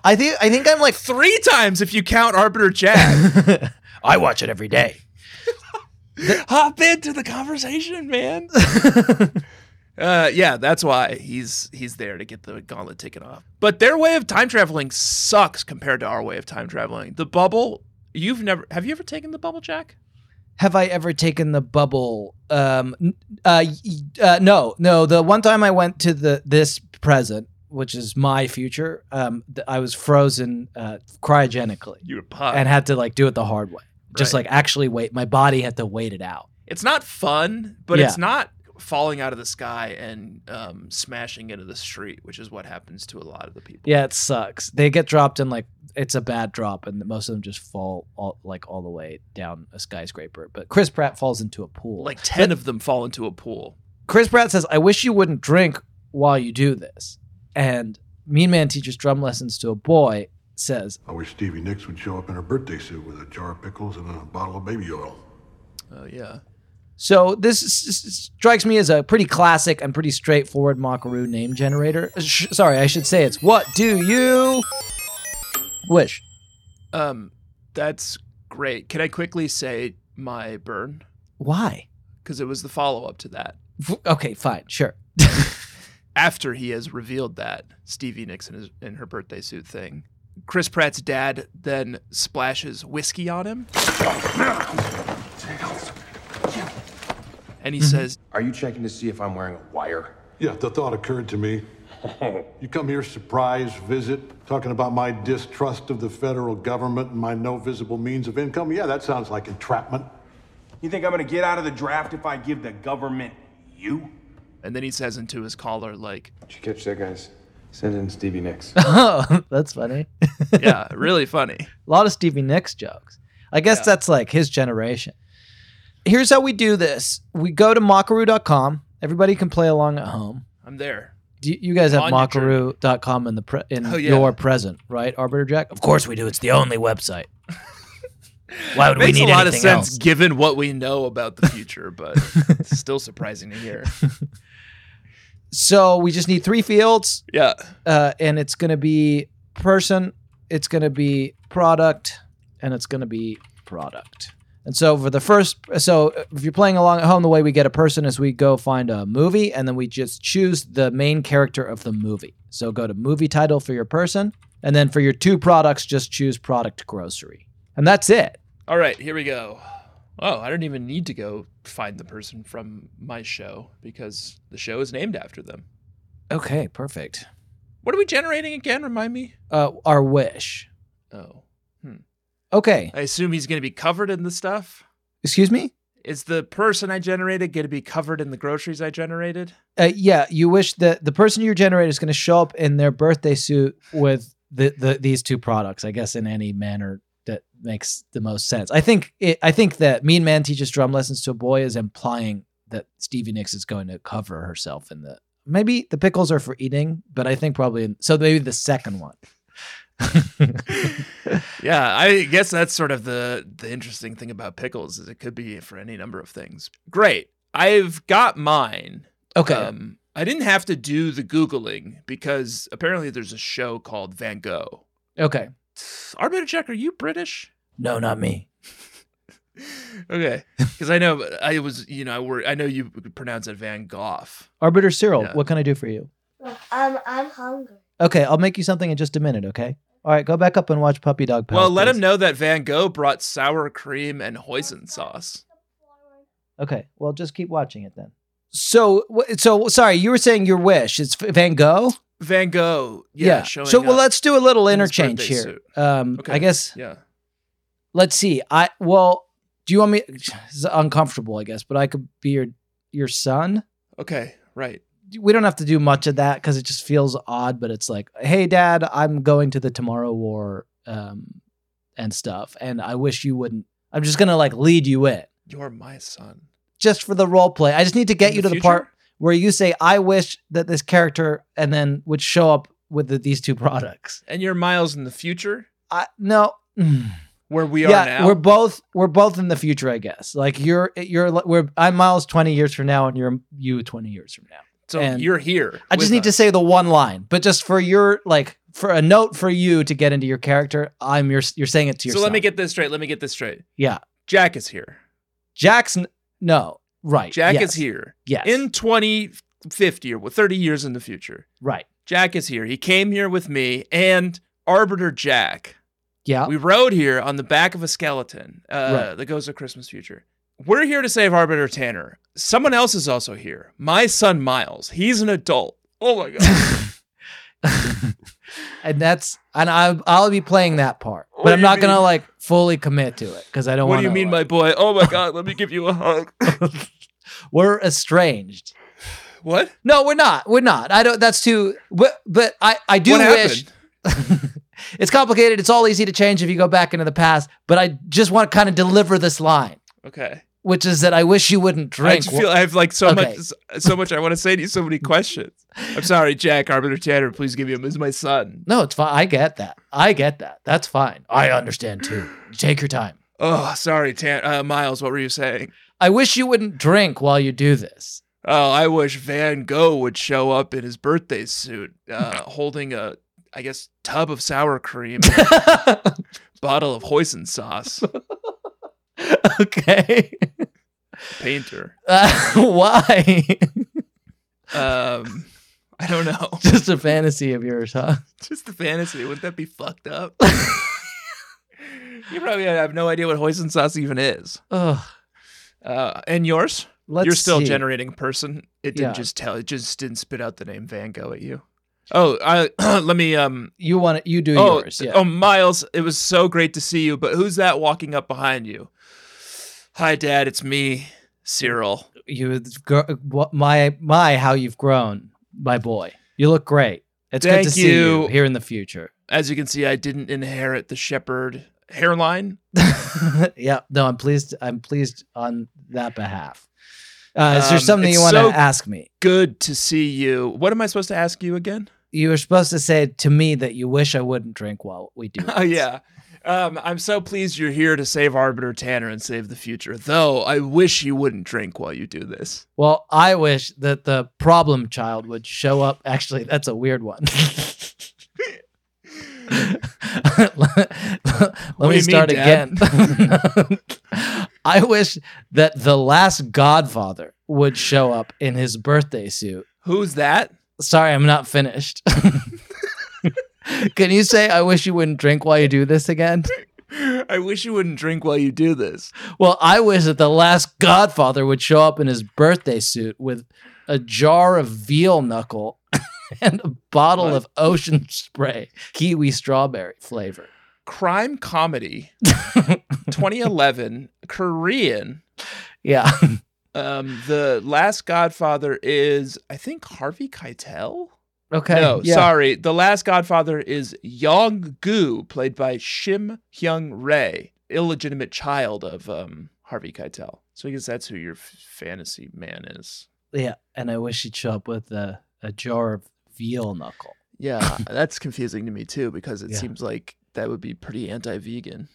D: I think I think I'm like
C: Three times if you count Arbiter Jack.
D: I watch it every day.
C: Hop into the conversation, man. Uh, yeah, that's why he's he's there to get the gauntlet taken off. But their way of time traveling sucks compared to our way of time traveling. The bubble, you've never have you ever taken the bubble, Jack?
D: Have I ever taken the bubble? Um, n- uh, y- uh, no, no. The one time I went to the this present, which is my future, um, th- I was frozen uh, cryogenically
C: You were pot.
D: and had to like do it the hard way. Just
C: Uh. Right.
D: like actually wait. My body had to wait it out.
C: it's not fun, but
D: Yeah.
C: it's not falling out of the sky and um, smashing into the street, which is what happens to a lot of the people.
D: Yeah, it sucks. They get dropped and like it's a bad drop, and most of them just fall all, like all the way down a skyscraper. But Chris Pratt falls into a pool.
C: Like 10 of them fall into a pool.
D: Chris Pratt says, "I wish you wouldn't drink while you do this." And Mean Man teaches drum lessons to a boy. Says,
B: I wish Stevie Nicks would show up in her birthday suit with a jar of pickles and a bottle of baby oil.
C: Oh, yeah.
D: so this s- s- strikes me as a pretty classic and pretty straightforward Mockaroo name generator. Uh, sh- sorry, I should say it's what do you wish?
C: Um, that's great. Can I quickly say my burn?
D: Why?
C: Because it was the follow up to that.
D: F- okay, fine, sure.
C: After he has revealed that Stevie Nicks in, his, in her birthday suit thing, Chris Pratt's dad then splashes whiskey on him. And he says,
H: Are you checking to see if I'm wearing a wire?
B: Yeah, the thought occurred to me. You come here surprise visit, talking about my distrust of the federal government and my no visible means of income. Yeah, that sounds like entrapment.
H: You think I'm gonna get out of the draft if I give the government you?
C: and then he says into his collar, like,
H: Did you catch that, guys? Send in Stevie Nicks.
D: Oh, that's funny.
C: yeah, really funny.
D: A lot of Stevie Nicks jokes. I guess that's like his generation. Here's how we do this we go to mockaroo.com. Everybody can play along at home.
C: I'm there.
D: Do you, you guys have
C: On your journey.
D: mockaroo.com in the pre, in
C: Oh, yeah.
D: your present, right, Arbiter Jack? Of course we do. It's the only website. Why would
C: Makes a lot of sense given what we know about the future, but it's still surprising to hear.
D: So we just need three fields,
C: Yeah.
D: uh, and it's going to be person, it's going to be product, and it's going to be product. And so for the first, so if you're playing along at home, the way we get a person is we go find a movie and then we just choose the main character of the movie. So go to movie title for your person, and then for your two products, just choose product grocery, and that's it.
C: All right, here we go. Oh, I don't even need to go find the person from my show because the show is named after them.
D: Okay, perfect.
C: What are we generating again? Remind me.
D: Uh, our wish.
C: Oh,
D: Okay,
C: I assume he's going to be covered in the stuff.
D: excuse me.
C: Is the person I generated going to be covered in the groceries I generated?
D: uh, yeah, you wish that the person you generate is going to show up in their birthday suit with the, the these two products, I guess, in any manner that makes the most sense. I think it, I think that Mean Man teaches drum lessons to a boy is implying that Stevie Nicks is going to cover herself in the maybe the pickles are for eating, but I think probably in, so maybe the second one.
C: Yeah, I guess that's sort of the the interesting thing about pickles is it could be for any number of things. Great. I've got mine.
D: Okay.
C: Um, I didn't have to do the googling because apparently there's a show called Van Gogh.
D: okay.
C: Arbiter Jack, are you British?
D: No, not me.
C: Okay, because I know I was, you know, I were I know you pronounce it Van Gogh.
D: Arbiter Cyril,
C: Yeah.
D: what can I do for you?
G: Look, um, I'm hungry.
D: Okay, I'll make you something in just a minute, okay? All right, go back up and watch Puppy Dog Pals.
C: Well, let
D: please.
C: him know that Van Gogh brought sour cream and hoisin sauce.
D: Okay, well, just keep watching it then. So, wh- so sorry, you were saying your wish. It's Van Gogh?
C: Van Gogh, yeah.
D: So,
C: showing
D: well,
C: up.
D: let's do a little
C: in his
D: interchange
C: birthday
D: here.
C: suit.
D: Um, I
C: Okay.
D: guess,
C: yeah.
D: let's see. I, well, do you want me, this is uncomfortable, I guess, but I could be your, your son?
C: Okay, right.
D: we don't have to do much of that because it just feels odd. But it's like, hey, Dad, I'm going to the Tomorrow War um, and stuff, and I wish you wouldn't. I'm just gonna like lead you in
C: You're my son.
D: just for the role play. I just need to get
C: In
D: you
C: the
D: to the part
C: future?
D: where you say, I wish that this character, and then would show up with the, these two products.
C: And you're miles in the future
D: I no. Mm.
C: where we
D: yeah,
C: are now.
D: we're both we're both in the future, I guess. Like you're you're we're I'm Miles twenty years from now, and you're you twenty years from now.
C: so
D: and-
C: you're here.
D: I just need to say the one line, but just for your like for a note for you to get into your character, I'm your you're saying it to
C: So
D: yourself.
C: let me get this straight. Let me get this straight.
D: Yeah.
C: Jack is here.
D: Jackson. No, right.
C: Jack
D: yes,
C: is here.
D: Yes,
C: In 2050 or 30 years in the future,
D: right.
C: Jack is here. He came here with me and Arbiter Jack.
D: Yeah,
C: We rode here on the back of a skeleton uh,
D: Right.
C: that goes to Christmas future. We're here to save Arbiter Tanner. Someone else is also here. My son Miles. He's an adult. Oh my god.
D: and that's and I I'll be playing that part,
C: What
D: but
C: do
D: I'm
C: you
D: not gonna
C: mean?
D: like fully commit to it because I don't
C: what
D: want.
C: do you mean, my boy? Oh my god. Let me give you a hug.
D: We're estranged.
C: What?
D: No, we're not. We're not. I don't. That's too. But but I I do
C: What
D: wish. it's complicated. It's all easy to change if you go back into the past. But I just want to kind of deliver this line.
C: Okay.
D: which is that I wish you wouldn't
C: I
D: drink.
C: just feel I have like so
D: Okay.
C: much, so much I want to say to you, so many questions. I'm sorry, Jack Arbiter Tanner. Please give him. He's my son.
D: no, it's fine. I get that. I get that. That's fine. I understand too. Take your time.
C: Oh, sorry, Tan- uh, Miles. What were you saying?
D: I wish you wouldn't drink while you do this.
C: Oh, I wish Van Gogh would show up in his birthday suit, uh, holding a, I guess, tub of sour cream, and bottle of hoisin sauce.
D: okay.
C: Painter.
D: Uh, why?
C: Um, I don't know.
D: Just a fantasy of yours, huh?
C: Just the fantasy. Wouldn't that be fucked up? you probably have no idea what hoisin sauce even is.
D: Ugh.
C: Uh, and yours?
D: Let's
C: You're still
D: see.
C: generating a person. It didn't
D: Yeah.
C: just tell. It just didn't spit out the name Van Gogh at you. Oh, I, let me. Um.
D: You want it? You do
C: oh,
D: yours. Yeah.
C: oh, Miles. It was so great to see you. But who's that walking up behind you? Hi, Dad. It's me, Cyril.
D: You, gr- what- my my, how you've grown, my boy. You look great. It's
C: Thank
D: good to see you
C: you.
D: here in the future.
C: As you can see, I didn't inherit the shepherd hairline.
D: yeah, no, I'm pleased. I'm pleased on that behalf. Uh, is there
C: Um,
D: something you
C: it's
D: want to
C: so-
D: ask me?
C: Good to see you. What am I supposed to ask you again?
D: You were supposed to say to me that you wish I wouldn't drink while we do.
C: Oh
D: this.
C: yeah. Um, I'm so pleased you're here to save Arbiter Tanner and save the future. Though I wish you wouldn't drink while you do this.
D: Well, I wish that the problem child would show up. Actually, that's a weird one. let
C: do
D: me
C: you
D: start
C: mean,
D: again.
C: Dad?
D: I wish that the last Godfather would show up in his birthday suit
C: Who's that?
D: Sorry, I'm not finished. Can you say I wish you wouldn't drink while you do this again?
C: I wish you wouldn't drink while you do this.
D: Well, I wish that the last Godfather would show up in his birthday suit with a jar of veal knuckle and a bottle
C: What?
D: of ocean spray, kiwi strawberry flavor.
C: Crime comedy, 2011, Korean.
D: Yeah.
C: Um, the last Godfather is, I think, Harvey Keitel.
D: Okay.
C: no,
D: yeah.
C: sorry. The last Godfather is Yong Gu, played by Shim Hyung Rae, illegitimate child of um, Harvey Keitel. So I guess that's who your f- fantasy man is.
D: Yeah. And I wish he'd show up with a, a jar of veal knuckle.
I: Yeah, that's confusing to me too because it
D: Yeah.
I: seems like that would be pretty anti-vegan.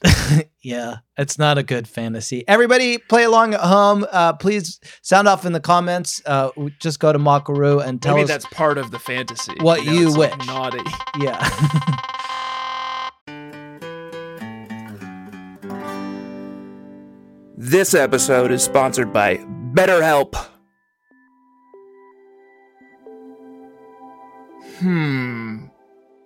D: yeah, it's not a good fantasy. Everybody play along at home. Uh, please sound off in the comments. Uh, w- just go to Mockaroo and tell
C: Maybe
D: us.
C: that's part of the fantasy.
D: what you
C: it's, like,
D: wish.
C: naughty.
D: yeah.
J: This episode is sponsored by BetterHelp.
I: Hmm.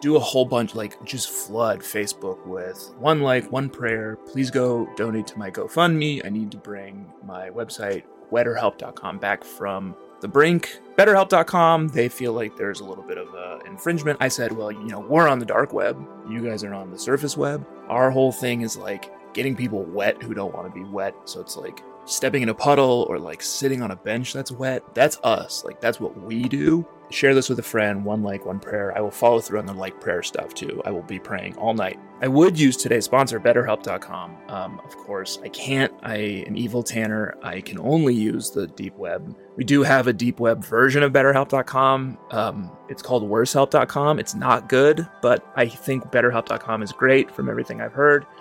J: do a whole bunch, like just flood Facebook with one like, one prayer. Please go donate to my GoFundMe. I need to bring my website, wetterhelp.com, back from the brink. BetterHelp.com, they feel like there's a little bit of uh, infringement. I said, well, you know, we're on the dark web. You guys are on the surface web. Our whole thing is like getting people wet who don't want to be wet. So it's like stepping in a puddle or like sitting on a bench that's wet. That's us. Like, that's what we do share this with a friend one like one prayer i will follow through on the like prayer stuff too i will be praying all night i would use today's sponsor betterhelp.com um, of course i can't i am evil tanner i can only use the deep web we do have a deep web version of betterhelp.com um, it's called worsehelp.com it's not good but i think betterhelp.com is great from everything i've heard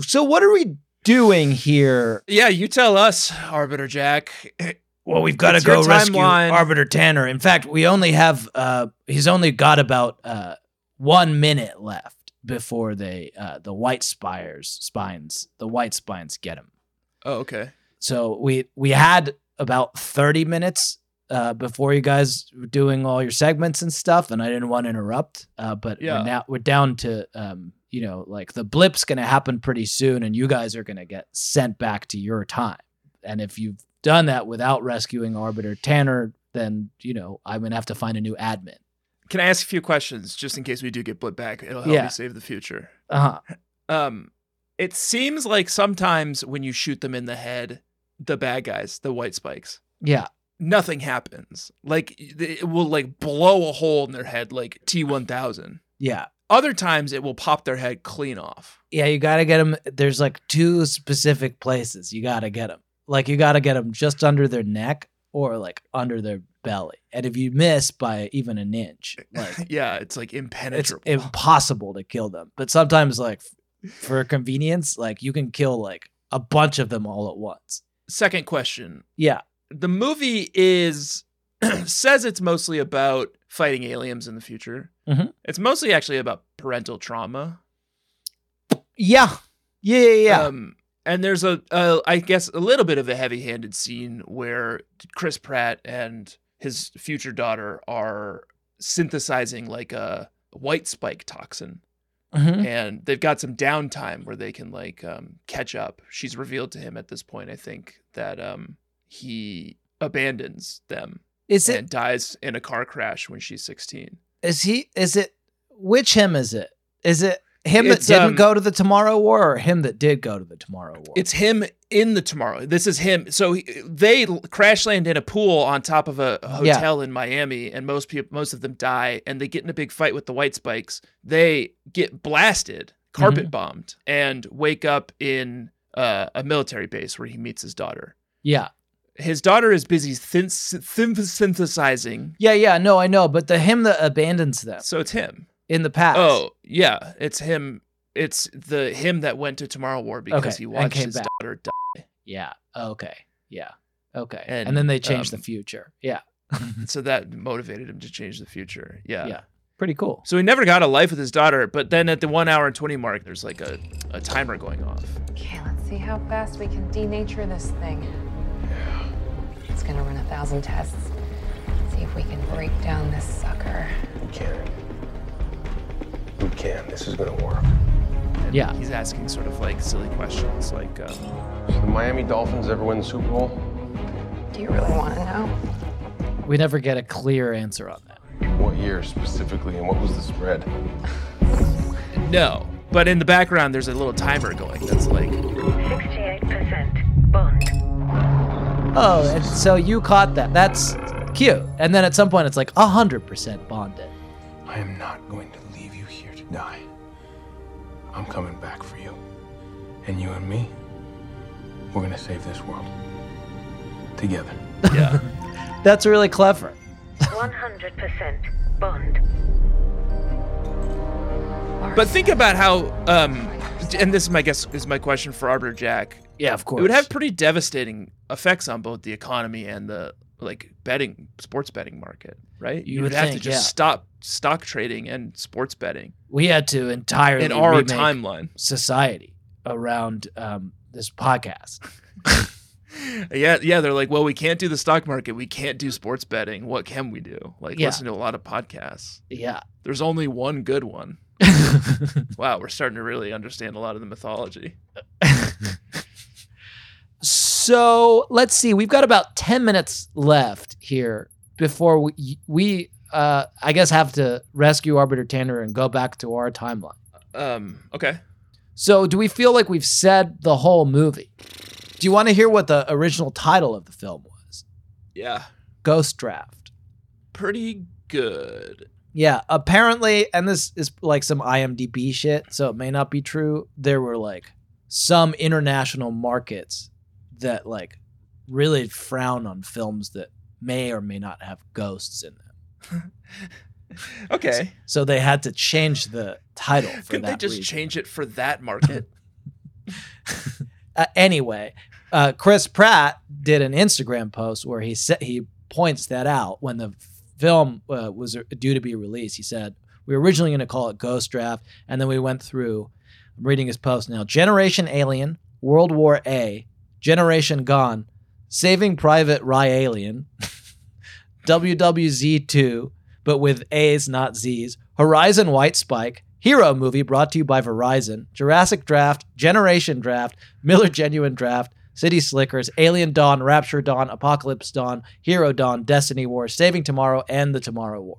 D: so what are we doing here?
C: Yeah, you tell us, Arbiter Jack.
D: Well, we've got to
C: It's your
D: go rescue
C: timeline.
D: Arbiter Tanner. In fact, we only have uh he's only got about uh one minute left before they uh the white spires spines the white spines get him.
I: Oh, okay.
D: So we we had about 30 minutes uh, before you guys were doing all your segments and stuff, and I didn't want to interrupt. Uh, but
I: Yeah.
D: we're now we're down to um, you know like the blip's going to happen pretty soon, and you guys are going to get sent back to your time. And if you've done that without rescuing Arbiter Tanner, then you know I'm going to have to find a new admin.
C: Can I ask a few questions just in case we do get put back? It'll help
D: Yeah.
C: me save the future.
D: Uh-huh.
C: Um, it seems like sometimes when you shoot them in the head, the bad guys, the white spikes,
D: Yeah.
C: nothing happens. Like it will like blow a hole in their head, like T one thousand.
D: Yeah.
C: Other times it will pop their head clean off.
D: Yeah, you gotta get them. There's like two specific places you gotta get them. Like you gotta get them just under their neck or like under their belly. And if you miss by even an inch, like
C: Yeah, it's like
D: it's
C: impenetrable.
D: impossible to kill them. But sometimes, like f- for convenience, like you can kill like a bunch of them all at once.
C: Second question:
D: Yeah,
C: the movie is says it's mostly about fighting aliens in the future.
D: Mhm.
C: It's mostly actually about parental trauma.
D: yeah, yeah, yeah. yeah.
C: Um, and there's a, a, I guess, a little bit of a heavy-handed scene where Chris Pratt and his future daughter are synthesizing like a white spike toxin,
D: Mhm.
C: and they've got some downtime where they can like um, catch up. She's revealed to him at this point, I think, that um, he abandons them
D: Is it?
C: and dies in a car crash when she's 16.
D: Is he? Is it? Which him is it? Is it him that
C: It's,
D: didn't
C: um,
D: go to the Tomorrow War or him that did go to the Tomorrow War?
C: It's him in the tomorrow. This is him. So he, they l- crash land in a pool on top of a a
D: Yeah.
C: hotel in Miami, and most people, most of them die, and they get in a big fight with the White Spikes. They get blasted,
D: Mm-hmm.
C: carpet bombed, and wake up in uh, a military base where he meets his daughter.
D: yeah.
C: His daughter is busy thin- syn- synthesizing,
D: Yeah, yeah, no, I know, but the him that abandons them
C: so it's him.
D: in the past.
C: Oh yeah, it's him. It's the him that went to Tomorrow War because
D: Okay,
C: he
D: and
C: watched
D: came
C: his
D: back.
C: daughter die.
D: yeah. Okay. Yeah. Okay. And,
C: And,
D: then they change the
C: um,
D: future. Yeah.
C: so that motivated him to change the future. Yeah.
D: Yeah. Pretty cool.
C: So he never got a life with his daughter, but then at the one hour and 20 mark, there's like a, a timer going off.
K: Okay, let's see how fast we can denature this thing. It's gonna run a thousand tests. See if we can break down this sucker.
L: We can. We can. This is gonna work.
C: And yeah. He's asking sort of like silly questions like um,
L: So the Miami Dolphins ever win the Super Bowl?
K: Do you really wanna know?
D: We never get a clear answer on that.
L: What year specifically, and what was the spread?
C: No. But in the background, there's a little timer going that's like,
M: 68% bond.
D: Oh, and so you caught that. That's cute. And then at some point, it's like 100% bonded.
L: I am not going to leave you here to die. I'm coming back for you. And you and me, we're gonna save this world. Together.
C: Yeah.
D: That's really clever.
M: 100% bond.
C: But think about how, um, and this is my guess is my question for Arbiter Jack.
D: Yeah, of
C: It would have pretty devastating effects on both the economy and the like betting sports betting market, right?
D: You would
C: would, have to
D: think,
C: just
D: yeah.
C: stop stock trading and sports betting.
D: We had to entirely
C: In our
D: remake
C: timeline.
D: society around um, this podcast.
C: Yeah, yeah, they're like, well, we can't do the stock market, we can't do sports betting. What can we do? Like
D: Yeah.
C: listen to a lot of podcasts.
D: Yeah.
C: There's only one good one. wow, we're starting to really understand a lot of the mythology.
D: So let's see. We've got about 10 minutes left here before we, we uh, I guess, have to rescue Arbiter Tanner and go back to our timeline.
C: Um, okay.
D: So, do we feel like we've said the whole movie? Do you want to hear what the original title of the film was?
C: Yeah.
D: Ghost Draft.
C: Pretty good.
D: Yeah, apparently, and this is like some IMDb shit, so it may not be true. There were like some international markets that like really frown on films that may or may not have ghosts in them.
C: Okay.
D: So they had to change the title for
C: Couldn't
D: that
C: they just
D: reason.
C: change it for that market?
D: uh, anyway, uh, Chris Pratt did an Instagram post where he said he points that out when the film uh, was due to be released. He said we were originally going to call it Ghost Draft, and then we went through. I'm reading his post now: Generation Alien, World War A, Generation Gone, Saving Private Ryan, WWZ2, but with A's, not Z's, Horizon White Spike, Hero Movie brought to you by Verizon, Jurassic Draft, Generation Draft, Miller Genuine Draft, City Slickers, Alien Dawn, Rapture Dawn, Apocalypse Dawn, Hero Dawn, Destiny War, Saving Tomorrow, and The Tomorrow War.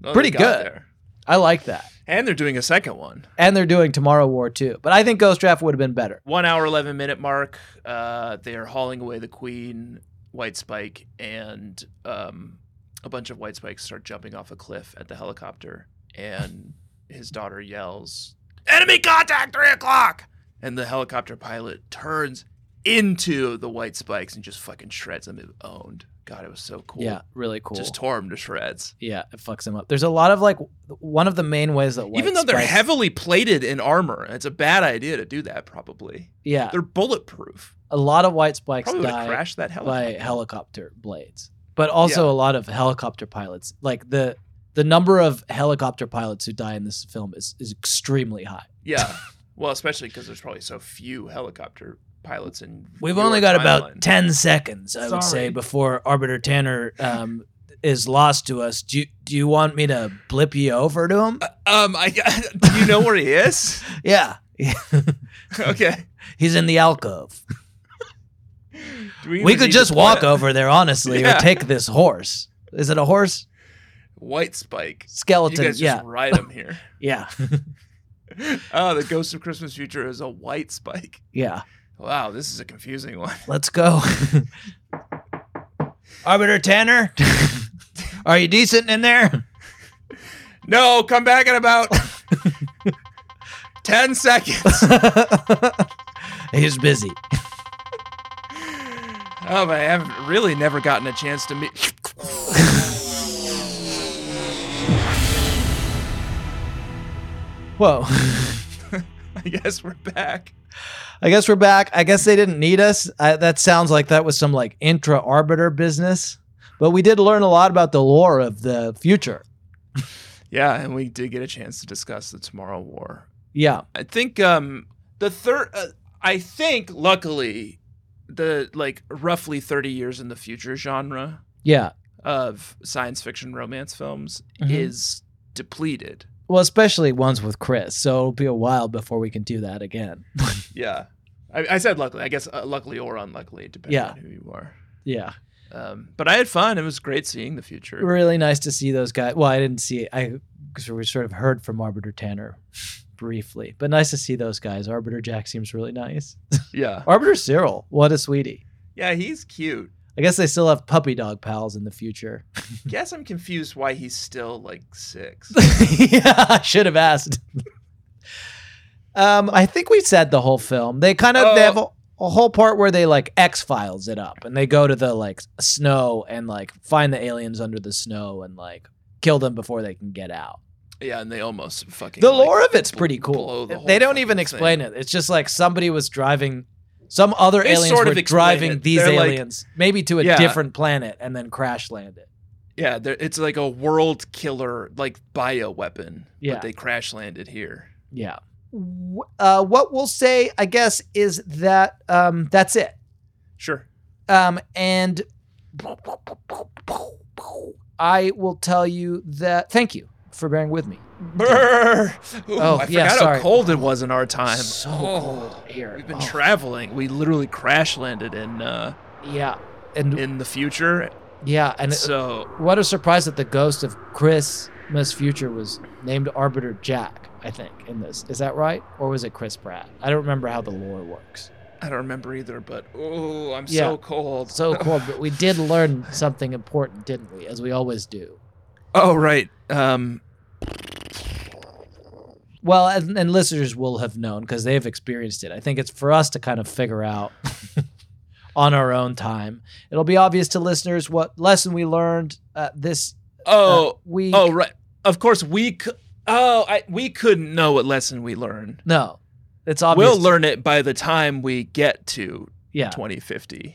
C: Well, they
D: Pretty
C: got
D: good.
C: there.
D: I like that.
C: And they're doing a second one.
D: And they're doing Tomorrow War too, but I think Ghost Draft would have been better.
C: One hour, 11 minute mark. Uh, they are hauling away the queen, White Spike, and um, a bunch of White Spikes start jumping off a cliff at the helicopter. And his daughter yells, Enemy contact, three o'clock! And the helicopter pilot turns into the White Spikes and just fucking shreds them. It owned. God, it was so cool.
D: Yeah, really cool.
C: Just tore them to shreds.
D: yeah, it fucks him up. There's a lot of like one of the main ways that white
C: Even though they're
D: spikes-
C: heavily plated in armor, it's a bad idea to do that. Probably
D: yeah,
C: they're bulletproof.
D: a lot of white spikes
C: Probably would've
D: die
C: crashed that helicopter.
D: by helicopter blades, but also
C: Yeah.
D: a lot of helicopter pilots. Like the the number of helicopter pilots who die in this film is is extremely high.
C: Yeah, well, especially because there's probably so few helicopter pilots in.
D: We've
C: your
D: only got
C: timeline.
D: about ten seconds, I would
C: Sorry.
D: say, before Arbiter Tanner um, is lost to us. Do you, do you want me to blip you over to him?
C: Um, I do you know where he is?
D: yeah,
C: okay,
D: he's in the alcove.
C: Do
D: We
C: even need
D: could
C: to
D: just
C: play
D: walk
C: it?
D: over there, honestly,
C: Yeah.
D: or take this horse. Is it a horse?
C: White Spike. You
D: Skeleton?
C: guys
D: Yeah,
C: just ride him here.
D: yeah,
C: Oh, the Ghost of Christmas Future is a White Spike.
D: yeah.
C: Wow, this is a confusing one.
D: Let's go. Arbiter Tanner, are you decent in there?
C: No, come back in about ten seconds.
D: He's busy.
C: Oh, but I haven't really never gotten a chance to meet.
D: Whoa.
C: I guess we're back.
D: I guess we're back. I guess they didn't need us. I, that sounds like that was some like intra arbiter business, but we did learn a lot about the lore of the future.
C: Yeah, and we did get a chance to discuss the Tomorrow War.
D: Yeah.
C: I think um the third uh, I think luckily the like roughly 30 years in the future genre
D: Yeah.
C: of science fiction romance films
D: Mhm.
C: is depleted.
D: Well, especially ones with Chris. So it'll be a while before we can do that again.
C: Yeah. I, I said luckily. I guess uh, luckily or unluckily, depending
D: Yeah.
C: on who you are.
D: yeah.
C: Um, but I had fun. It was great seeing the future.
D: Really nice to see those guys. Well, I didn't see it. I 'cause we sort of heard from Arbiter Tanner briefly, but nice to see those guys. Arbiter Jack seems really nice.
C: Yeah.
D: Arbiter Cyril, what a sweetie.
C: Yeah, he's cute.
D: I guess they still have puppy dog pals in the future.
C: Guess I'm confused why he's still like six.
D: yeah, I should have asked. um, I think we said the whole film. They kind of they have a, a whole part where they like X files it up, and they go to the like snow and like find the aliens under the snow and like kill them before they can get out.
C: yeah, and they almost fucking.
D: The
C: like,
D: lore of it's
C: bl-
D: pretty
C: blow
D: cool.
C: the whole
D: they don't even
C: fucking
D: explain
C: thing.
D: it. It's just like somebody was driving. Some other
C: They
D: aliens
C: sort of
D: were
C: explain
D: driving
C: it.
D: these
C: They're like-
D: aliens, maybe to a
C: Yeah.
D: different planet, and then crash landed.
C: Yeah, there- it's like a world killer, like bioweapon.
D: Yeah.
C: But they crash landed here.
D: Yeah. Wh- Uh, what we'll say, I guess, is that um, that's it.
C: Sure.
D: Um, and I will tell you that thank you for bearing with me.
C: Brr. Ooh,
D: Oh,
C: I
D: yeah,
C: forgot
D: sorry.
C: how cold it was in our time.
D: So
C: Oh,
D: cold here.
C: We've been
D: Oh.
C: traveling. We literally crash landed in uh,
D: Yeah, and
C: in the future.
D: yeah, and
C: And
D: it-
C: so
D: what a surprise that the ghost of Christmas Future was named Arbiter Jack. I think in this is that right, or was it Chris Pratt? I don't remember how the lore works.
C: I don't remember either, but oh, I'm
D: Yeah.
C: so cold.
D: So cool, but we did learn something important, didn't we? As we always do.
C: Oh right. Um.
D: Well, and, and listeners will have known because they've experienced it. I think it's for us to kind of figure out on our own time. It'll be obvious to listeners what lesson we learned uh, this.
C: Oh.
D: we-
C: Oh right. Of course we. C- oh, I, we couldn't know what lesson we learned.
D: No, it's obvious.
C: We'll learn it by the time we get to
D: Yeah.
C: 2050.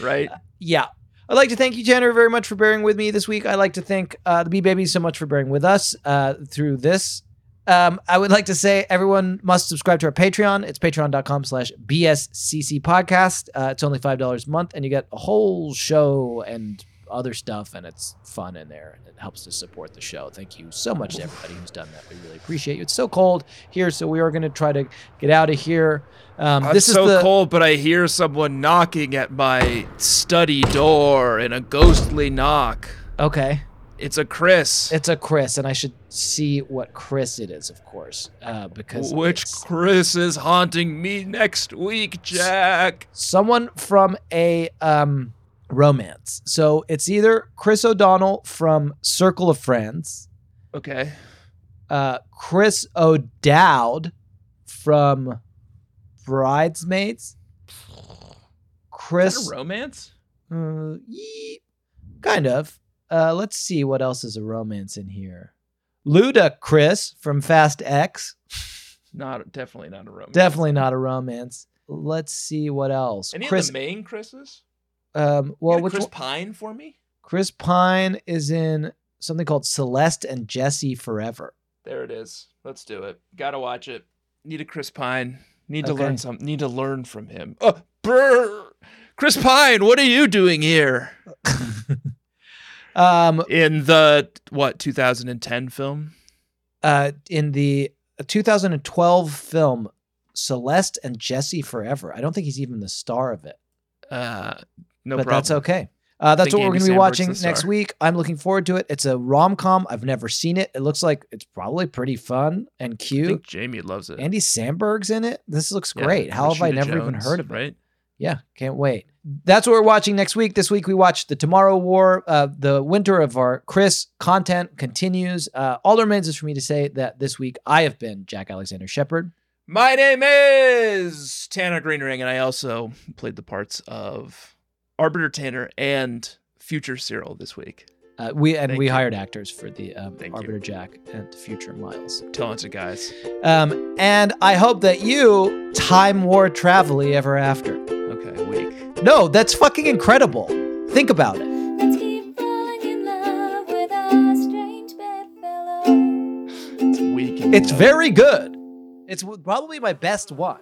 C: right?
D: yeah. I'd like to thank you, Tanner, very much for bearing with me this week. I'd like to thank uh, the Bee Babies so much for bearing with us uh, through this. Um, I would like to say everyone must subscribe to our Patreon. It's patreon.com slash BSCC podcast. Uh, it's only $5 a month, and you get a whole show and other stuff, and it's fun in there, and it helps to support the show. Thank you so much to everybody who's done that. We really appreciate you. It's so cold here, so we are going to try to get out of here. Um,
C: I'm
D: this
C: so
D: is the,
C: cold, but I hear someone knocking at my study door in a ghostly knock.
D: Okay.
C: It's a Chris.
D: It's a Chris, and I should see what Chris it is, of course, uh, because
C: Which
D: it's
C: Chris is haunting me next week, Jack?
D: someone from a um, romance. So it's either Chris O'Donnell from Circle of Friends,
C: Okay.
D: uh, Chris O'Dowd from Bridesmaids,
C: Is
D: Chris,
C: that a romance?
D: uh, yee- kind of. Uh, let's see what else is a romance in here. Luda Chris from Fast X.
C: Not definitely not a romance.
D: Definitely not a romance. Let's see what else.
C: Any
D: Chris,
C: of the main Chris's?
D: um,
C: Well,
D: well, which
C: Chris
D: one-
C: Pine for me?
D: Chris Pine is in something called Celeste and Jesse Forever.
C: There it is. Let's do it. Gotta watch it. Need a Chris Pine. Need to
D: Okay.
C: learn something. Need to learn from him. Oh, brr. Chris Pine, what are you doing here?
D: Uh, Um,
C: In the what 2010 film?
D: uh, in the 2012 film Celeste and Jesse Forever. I don't think he's even the star of it,
C: Uh, no
D: but
C: problem.
D: that's okay. Uh, that's
C: Think
D: what we're
C: Andy
D: going to be
C: Samberg's
D: watching
C: the
D: next
C: star.
D: week. I'm looking forward to it. It's a rom com. I've never seen it. It looks like it's probably pretty fun and
C: I think
D: cute.
C: Jamie loves it.
D: Andy Sandberg's in it. This looks
C: Yeah,
D: great. How have I
C: Rashida
D: never even
C: Jones,
D: heard of it?
C: Right?
D: Yeah, can't wait. That's what we're watching next week. This week we watched the Tomorrow War. Uh, the winter of our Chris content continues. Uh, all that remains is for me to say that this week I have been Jack Alexander Shepard.
C: My name is Tanner Greenring, and I also played the parts of Arbiter Tanner and Future Cyril this week.
D: Uh, we and
C: Thank
D: we
C: you.
D: hired actors for the um,
C: Thank you.
D: Arbiter Jack and Future Miles.
C: Talented guys.
D: Um, and I hope that you time war travelly ever after.
C: Okay, week.
D: No, that's fucking incredible. Think about it.
N: Let's keep falling in love with our strange bed
D: It's very good. It's w- probably my best one.